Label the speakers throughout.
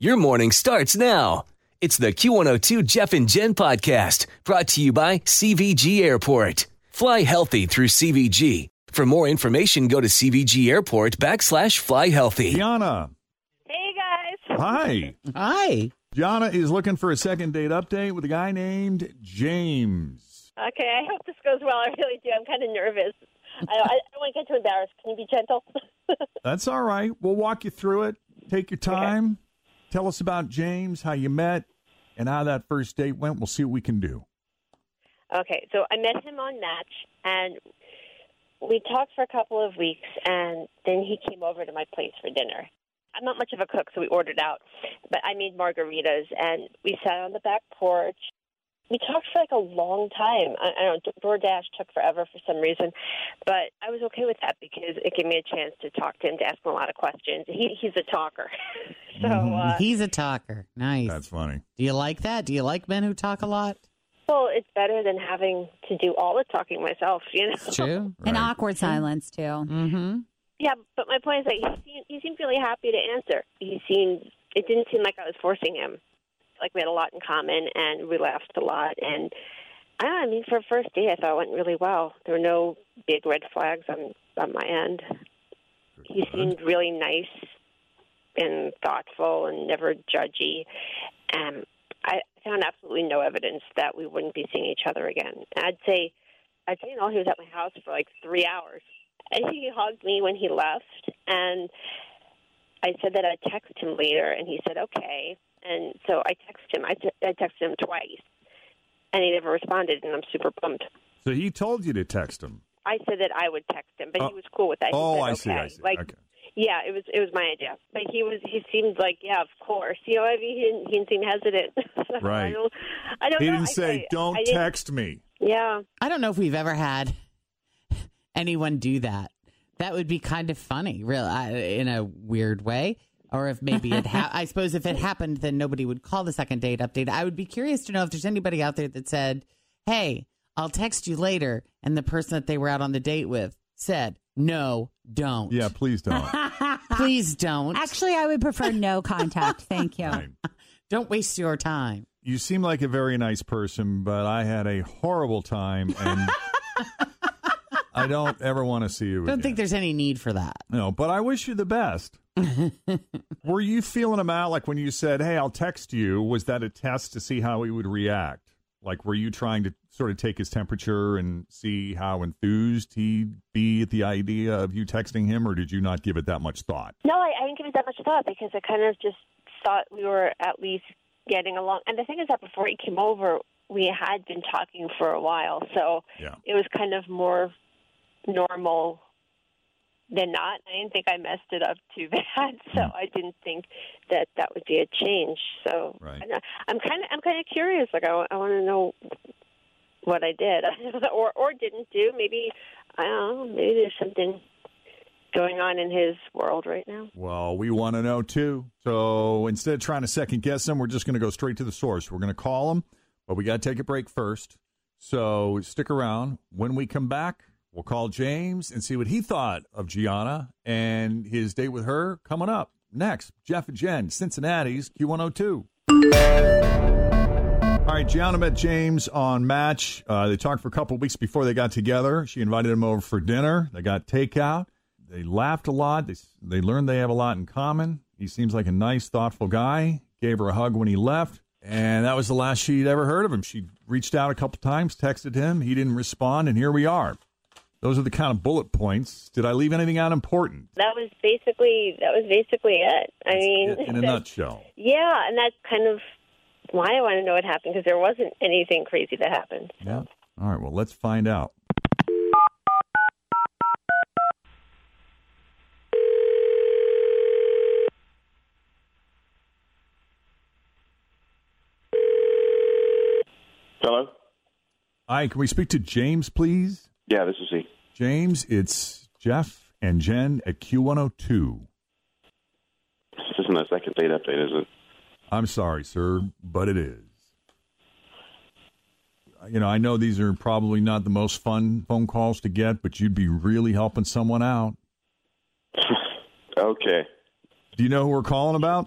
Speaker 1: Your morning starts now. It's the Q102 Jeff and Jen podcast brought to you by CVG Airport. Fly healthy through CVG. For more information, go to CVG Airport backslash fly healthy.
Speaker 2: Gianna,
Speaker 3: Hey guys.
Speaker 2: hi.
Speaker 4: Hi.
Speaker 2: Gianna is looking for a second date update with a guy named James.
Speaker 3: Okay, I hope this goes well. I really do. I'm kind of nervous. I, I don't want to get too embarrassed. Can you be gentle?
Speaker 2: That's all right. We'll walk you through it. Take your time. Tell us about James, how you met, and how that first date went. We'll see what we can do.
Speaker 3: okay, so I met him on Match, and we talked for a couple of weeks, and then he came over to my place for dinner. I'm not much of a cook, so we ordered out, but I made margaritas, and we sat on the back porch. We talked for like a long time. I, I don't know, DoorDash took forever for some reason, but I was okay with that because it gave me a chance to talk to him, to ask him a lot of questions. He, he's a talker. so, uh,
Speaker 4: He's a talker. Nice.
Speaker 2: That's funny.
Speaker 4: Do you like that? Do you like men who talk a lot?
Speaker 3: Well, it's better than having to do all the talking myself, you know.
Speaker 4: True.
Speaker 2: Right.
Speaker 5: And awkward silence too.
Speaker 4: Mm-hmm.
Speaker 3: Yeah, but my point is that he seemed, he seemed really happy to answer. He seemed it didn't seem like I was forcing him. Like we had a lot in common, and we laughed a lot. And I don't know, I mean, for a first date, I thought it went really well. There were no big red flags on on my end. He seemed really nice and thoughtful, and never judgy. Um, I found absolutely no evidence that we wouldn't be seeing each other again. And I'd say, I'd say, you know, he was at my house for like three hours. And he hugged me when he left, and I said that I'd text him later, and he said okay. And so I texted him. I, t- I texted him twice, and he never responded, and I'm super bummed.
Speaker 2: So he told you to text him.
Speaker 3: I said that I would text him, but
Speaker 2: Oh.
Speaker 3: he was cool with that. He
Speaker 2: oh,
Speaker 3: said,
Speaker 2: I
Speaker 3: okay.
Speaker 2: see. I see.
Speaker 3: Like,
Speaker 2: okay.
Speaker 3: yeah, it was it was my idea, but he was he seemed like yeah, of course. You know, I mean, he didn't, he didn't seem hesitant. So
Speaker 2: Right.
Speaker 3: I don't. I don't
Speaker 2: He
Speaker 3: know.
Speaker 2: didn't
Speaker 3: I-
Speaker 2: say,
Speaker 3: I-
Speaker 2: don't
Speaker 3: I didn't-
Speaker 2: text me.
Speaker 3: Yeah.
Speaker 4: I don't know if we've ever had anyone do that. That would be kind of funny, real I- in a weird way. Or if maybe it, ha- I suppose if it happened, then nobody would call the second date update. I would be curious to know if there's anybody out there that said, "Hey, I'll text you later," and the person that they were out on the date with said, "No, don't.
Speaker 2: Yeah, please don't.
Speaker 4: please don't.
Speaker 5: Actually, I would prefer no contact. Thank you.
Speaker 2: Right.
Speaker 4: don't waste your time."
Speaker 2: You seem like a very nice person, but I had a horrible time, and I don't ever want to see you
Speaker 4: Don't
Speaker 2: again.
Speaker 4: think there's any need for that.
Speaker 2: No, but I wish you the best. Were you feeling him out? Like when you said, hey, I'll text you, was that a test to see how he would react? Like, were you trying to sort of take his temperature and see how enthused he'd be at the idea of you texting him, or did you not give it that much thought?
Speaker 3: No, I, I didn't give it that much thought because I kind of just thought we were at least getting along. And the thing is that before he came over, we had been talking for a while, so
Speaker 2: Yeah.
Speaker 3: it was kind of more normal than not. I didn't think I messed it up too bad, so I didn't think that that would be a change. So
Speaker 2: Right.
Speaker 3: I know- I'm kind of I'm kind of curious. Like I, wa- I want to know what I did or or didn't do. Maybe I don't know. Maybe there's something going on in his world right now.
Speaker 2: Well, we want to know too. So instead of trying to second guess him, we're just going to go straight to the source. We're going to call him, but we got to take a break first. So stick around. When we come back, we'll call James and see what he thought of Gianna and his date with her coming up next. Jeff and Jen, Cincinnati's Q102. All right, Gianna met James on Match. Uh, they talked for a couple of weeks before they got together. She invited him over for dinner. They got takeout. They laughed a lot. They, they learned they have a lot in common. He seems like a nice, thoughtful guy. Gave her a hug when he left. And that was the last she'd ever heard of him. She reached out a couple times, texted him. He didn't respond, and here we are. Those are the kind of bullet points. Did I leave anything out important?
Speaker 3: That was basically that was basically it. I mean,
Speaker 2: in a
Speaker 3: that's-
Speaker 2: nutshell.
Speaker 3: yeah, and that's kind of why I want to know what happened because there wasn't anything crazy that happened.
Speaker 2: Yeah. All right. Well, let's find out.
Speaker 6: Hello?
Speaker 2: Hi, can we speak to James, please?
Speaker 6: Yeah, this is he.
Speaker 2: James, it's Jeff and Jen at Q102.
Speaker 6: This isn't a second date update, is it?
Speaker 2: I'm sorry, sir, but it is. You know, I know these are probably not the most fun phone calls to get, but you'd be really helping someone out.
Speaker 6: Okay.
Speaker 2: Do you know who we're calling about?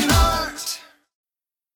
Speaker 7: art.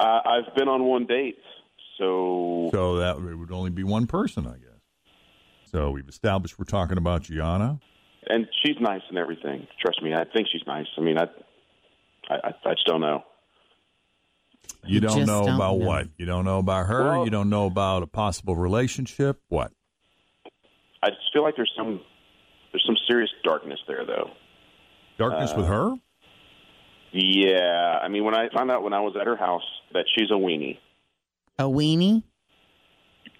Speaker 6: Uh, I've been on one date, so
Speaker 2: So that it would only be one person, I guess. So we've established we're talking about Gianna.
Speaker 6: and she's nice and everything. Trust me, I think she's nice. I mean, I, I, I, I just don't know.
Speaker 2: You don't
Speaker 4: Just
Speaker 2: know
Speaker 4: don't
Speaker 2: about
Speaker 4: know.
Speaker 2: what? You don't know about her.
Speaker 6: Well-
Speaker 2: you don't know about a possible relationship. What?
Speaker 6: I just feel like there's some, there's some serious darkness there, though.
Speaker 2: Darkness
Speaker 6: Uh,
Speaker 2: with her?
Speaker 6: Yeah, I mean, when I found out when I was at her house that she's a weenie.
Speaker 4: A weenie?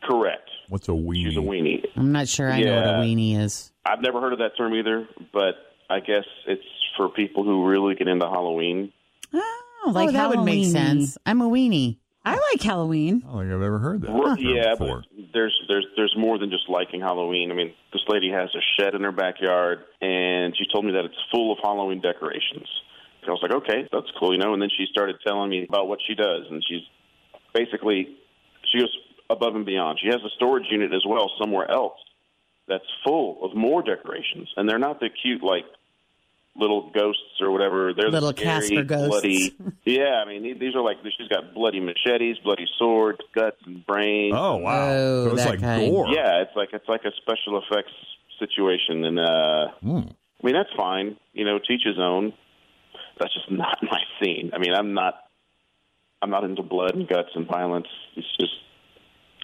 Speaker 6: Correct.
Speaker 2: What's a weenie?
Speaker 6: She's a weenie.
Speaker 4: I'm not sure I know what a
Speaker 6: Yeah.
Speaker 4: weenie is.
Speaker 6: I've never heard of that term either, but I guess it's for people who really get into Halloween.
Speaker 4: Oh, like
Speaker 5: Oh,
Speaker 4: that would make
Speaker 5: Halloweeny.
Speaker 4: sense. I'm a weenie.
Speaker 5: I like Halloween.
Speaker 2: I don't think I've ever heard that.
Speaker 6: Well,
Speaker 2: term
Speaker 6: yeah,
Speaker 2: before.
Speaker 6: but there's there's there's more than just liking Halloween. I mean, this lady has a shed in her backyard, and she told me that it's full of Halloween decorations. And I was like, okay, that's cool, you know. And then she started telling me about what she does, and she's basically she goes above and beyond. She has a storage unit as well somewhere else that's full of more decorations, and they're not the cute like little ghosts or whatever. They're
Speaker 4: Little
Speaker 6: the scary,
Speaker 4: Casper ghosts.
Speaker 6: bloody. Yeah, I mean, these- these are like she's got bloody machetes, bloody swords, guts, and brains.
Speaker 2: Oh wow!
Speaker 4: Oh,
Speaker 2: so it's
Speaker 4: that
Speaker 2: like
Speaker 4: kind.
Speaker 2: gore.
Speaker 6: Yeah, it's like it's like a special effects situation, and uh,
Speaker 2: Hmm.
Speaker 6: I mean that's fine. You know, teach his own. That's just not my scene. I mean, I'm not, I'm not into blood and guts and violence. It's just,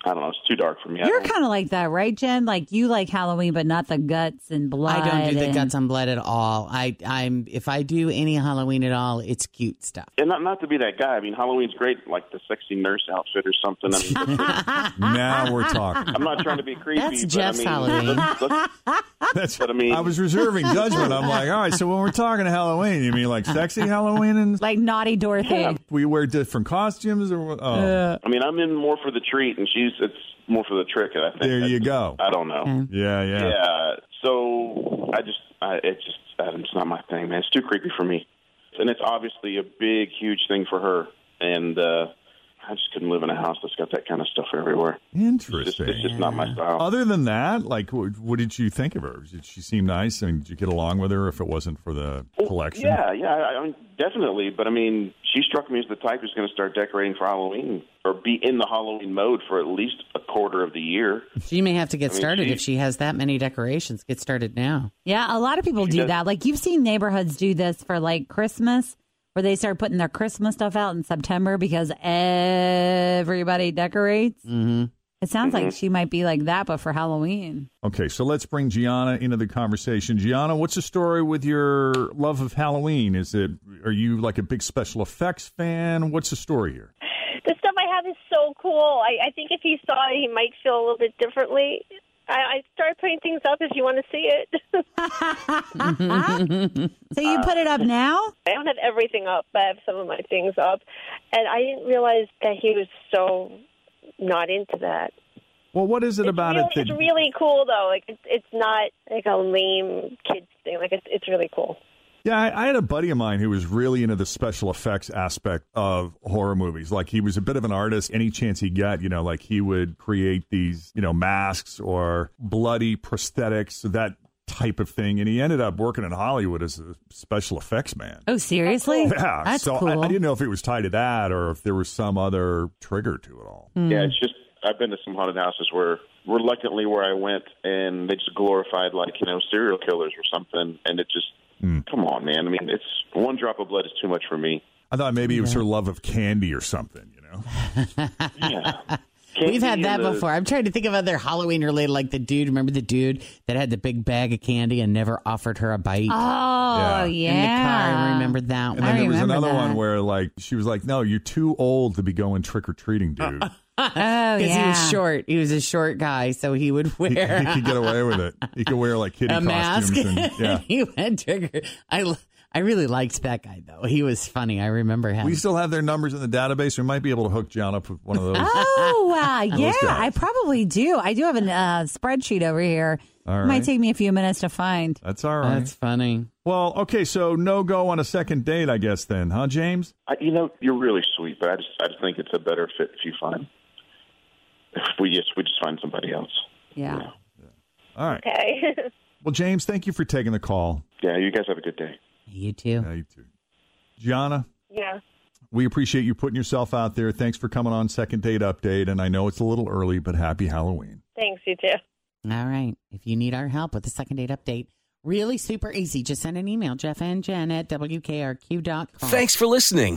Speaker 6: I don't know. It's too dark for me. I
Speaker 5: You're
Speaker 6: don't-
Speaker 5: kind of like that, right, Jen? Like you like Halloween, but not the guts and blood.
Speaker 4: I don't do the
Speaker 5: and-
Speaker 4: guts on blood at all. I, I'm if I do any Halloween at all, it's cute stuff.
Speaker 6: and not not to be that guy. I mean, Halloween's great, like the sexy nurse outfit or something. I mean, that's pretty-
Speaker 2: Now we're talking.
Speaker 6: I'm not trying to be creepy.
Speaker 4: That's
Speaker 6: but
Speaker 4: Jeff's
Speaker 6: I mean,
Speaker 4: Halloween.
Speaker 6: let's- let's-
Speaker 2: That's
Speaker 6: But I mean-
Speaker 2: I was reserving judgment. I'm like, all right. So when we're talking Halloween, you mean like sexy Halloween and
Speaker 5: like naughty Dorothy.
Speaker 2: we wear different costumes or what? oh,
Speaker 6: I mean, I'm in more for the treat, and she's it's more for the trick. I think.
Speaker 2: there
Speaker 6: I
Speaker 2: you
Speaker 6: just-
Speaker 2: go.
Speaker 6: I don't know.
Speaker 2: Yeah, yeah,
Speaker 6: Yeah. So I just, I, it just, uh, it's not my thing, man. It's too creepy for me. And it's obviously a big, huge thing for her. And uh, I just couldn't live in a house that's got that kind of stuff everywhere. It's,
Speaker 2: Interesting.
Speaker 6: it's just not my style.
Speaker 2: Other than that, like, what, what did you think of her? Did she seem nice? I mean, did you get along with her? If it wasn't for the collection,
Speaker 6: Oh, Yeah, yeah, I, I mean, definitely. But I mean, she struck me as the type who's going to start decorating for Halloween or be in the Halloween mode for at least a quarter of the year.
Speaker 4: She may have to get
Speaker 6: mean,
Speaker 4: started
Speaker 6: she-
Speaker 4: if she has that many decorations. Get started now.
Speaker 5: Yeah, a lot of people
Speaker 6: She
Speaker 5: do
Speaker 6: does-
Speaker 5: that. Like you've seen neighborhoods do this for like Christmas, where they start putting their Christmas stuff out in September because everybody decorates. Mm-hmm. It sounds like she might be like that, but for Halloween.
Speaker 2: Okay, so let's bring Gianna into the conversation. Gianna, what's the story with your love of Halloween? Is it are you like a big special effects fan? What's the story here?
Speaker 3: The stuff I have is so cool. I, I think if he saw it, he might feel a little bit differently. I, I started putting things up if you want to see it.
Speaker 5: Ah. So you put it up now?
Speaker 3: I don't have everything up, but I have some of my things up. And I didn't realize that he was so not into that.
Speaker 2: Well, what is it about
Speaker 3: Really-
Speaker 2: it that
Speaker 3: it's really cool though. Like it's, it's not like a lame kids thing. Like it's it's really cool.
Speaker 2: Yeah, I, I had a buddy of mine who was really into the special effects aspect of horror movies. Like he was a bit of an artist. Any chance he got, you know, like he would create these, you know, masks or bloody prosthetics, that type of thing. And he ended up working in Hollywood as a special effects man.
Speaker 5: Oh, seriously?
Speaker 2: Yeah,
Speaker 5: That's
Speaker 2: so
Speaker 5: cool.
Speaker 2: I, I didn't know if it was tied to that or if there was some other trigger to it all.
Speaker 5: Hmm.
Speaker 6: Yeah,
Speaker 4: Mm.
Speaker 6: it's just I've been to some haunted houses where reluctantly where I went and they just glorified like you know serial killers or something, and it just
Speaker 4: Hmm.
Speaker 6: come on, man. I mean, it's one drop of blood is too much for me.
Speaker 2: I thought maybe it was her love of candy or something, you know.
Speaker 4: We've had
Speaker 6: Candy
Speaker 4: that
Speaker 6: and the-
Speaker 4: before. I'm trying to think of other Halloween related, like the dude. Remember the dude that had the big bag of candy and never offered her a bite
Speaker 5: Oh, yeah.
Speaker 4: in the car? I remember that one.
Speaker 2: And then
Speaker 5: I
Speaker 2: there was
Speaker 5: remember
Speaker 2: another one
Speaker 5: that. Oh,
Speaker 2: where like she was like, "No, you're too old to be going trick or treating, dude."
Speaker 5: Oh,
Speaker 4: Because
Speaker 5: yeah.
Speaker 4: he was short. He was a short guy, so he would
Speaker 2: he,
Speaker 4: wear
Speaker 2: he could get away with it. He could wear like kitty
Speaker 4: a mask.
Speaker 2: costumes. And, yeah.
Speaker 4: he went trigger. I, l- I really liked that guy, though. He was funny. I remember him.
Speaker 2: We still have their numbers in the database. We might be able to hook John up with one of those.
Speaker 4: Ah.
Speaker 5: Oh, uh, yeah,
Speaker 2: guys.
Speaker 5: I probably do. I do have a uh, spreadsheet over here.
Speaker 2: All
Speaker 5: It might
Speaker 2: right.
Speaker 5: take me a few minutes to find.
Speaker 2: That's all right.
Speaker 4: That's funny.
Speaker 2: well, okay, so no go on a second date, I guess then, huh, James?
Speaker 6: I, you know, you're really sweet, but I just I just think it's a better fit if you find if we just we just find somebody else.
Speaker 5: Yeah.
Speaker 2: All right.
Speaker 3: Okay.
Speaker 2: Well, James, thank you for taking the call.
Speaker 6: Yeah, you guys have a good day.
Speaker 4: You too.
Speaker 2: Yeah, you too. Gianna,
Speaker 3: yeah.
Speaker 2: we appreciate you putting yourself out there. Thanks for coming on Second Date Update. And I know it's a little early, but happy Halloween.
Speaker 3: Thanks. You too.
Speaker 4: All right. If you need our help with the second date update, really super easy. Just send an email, Jeff and Jen at WKRQ.com.
Speaker 1: Thanks for listening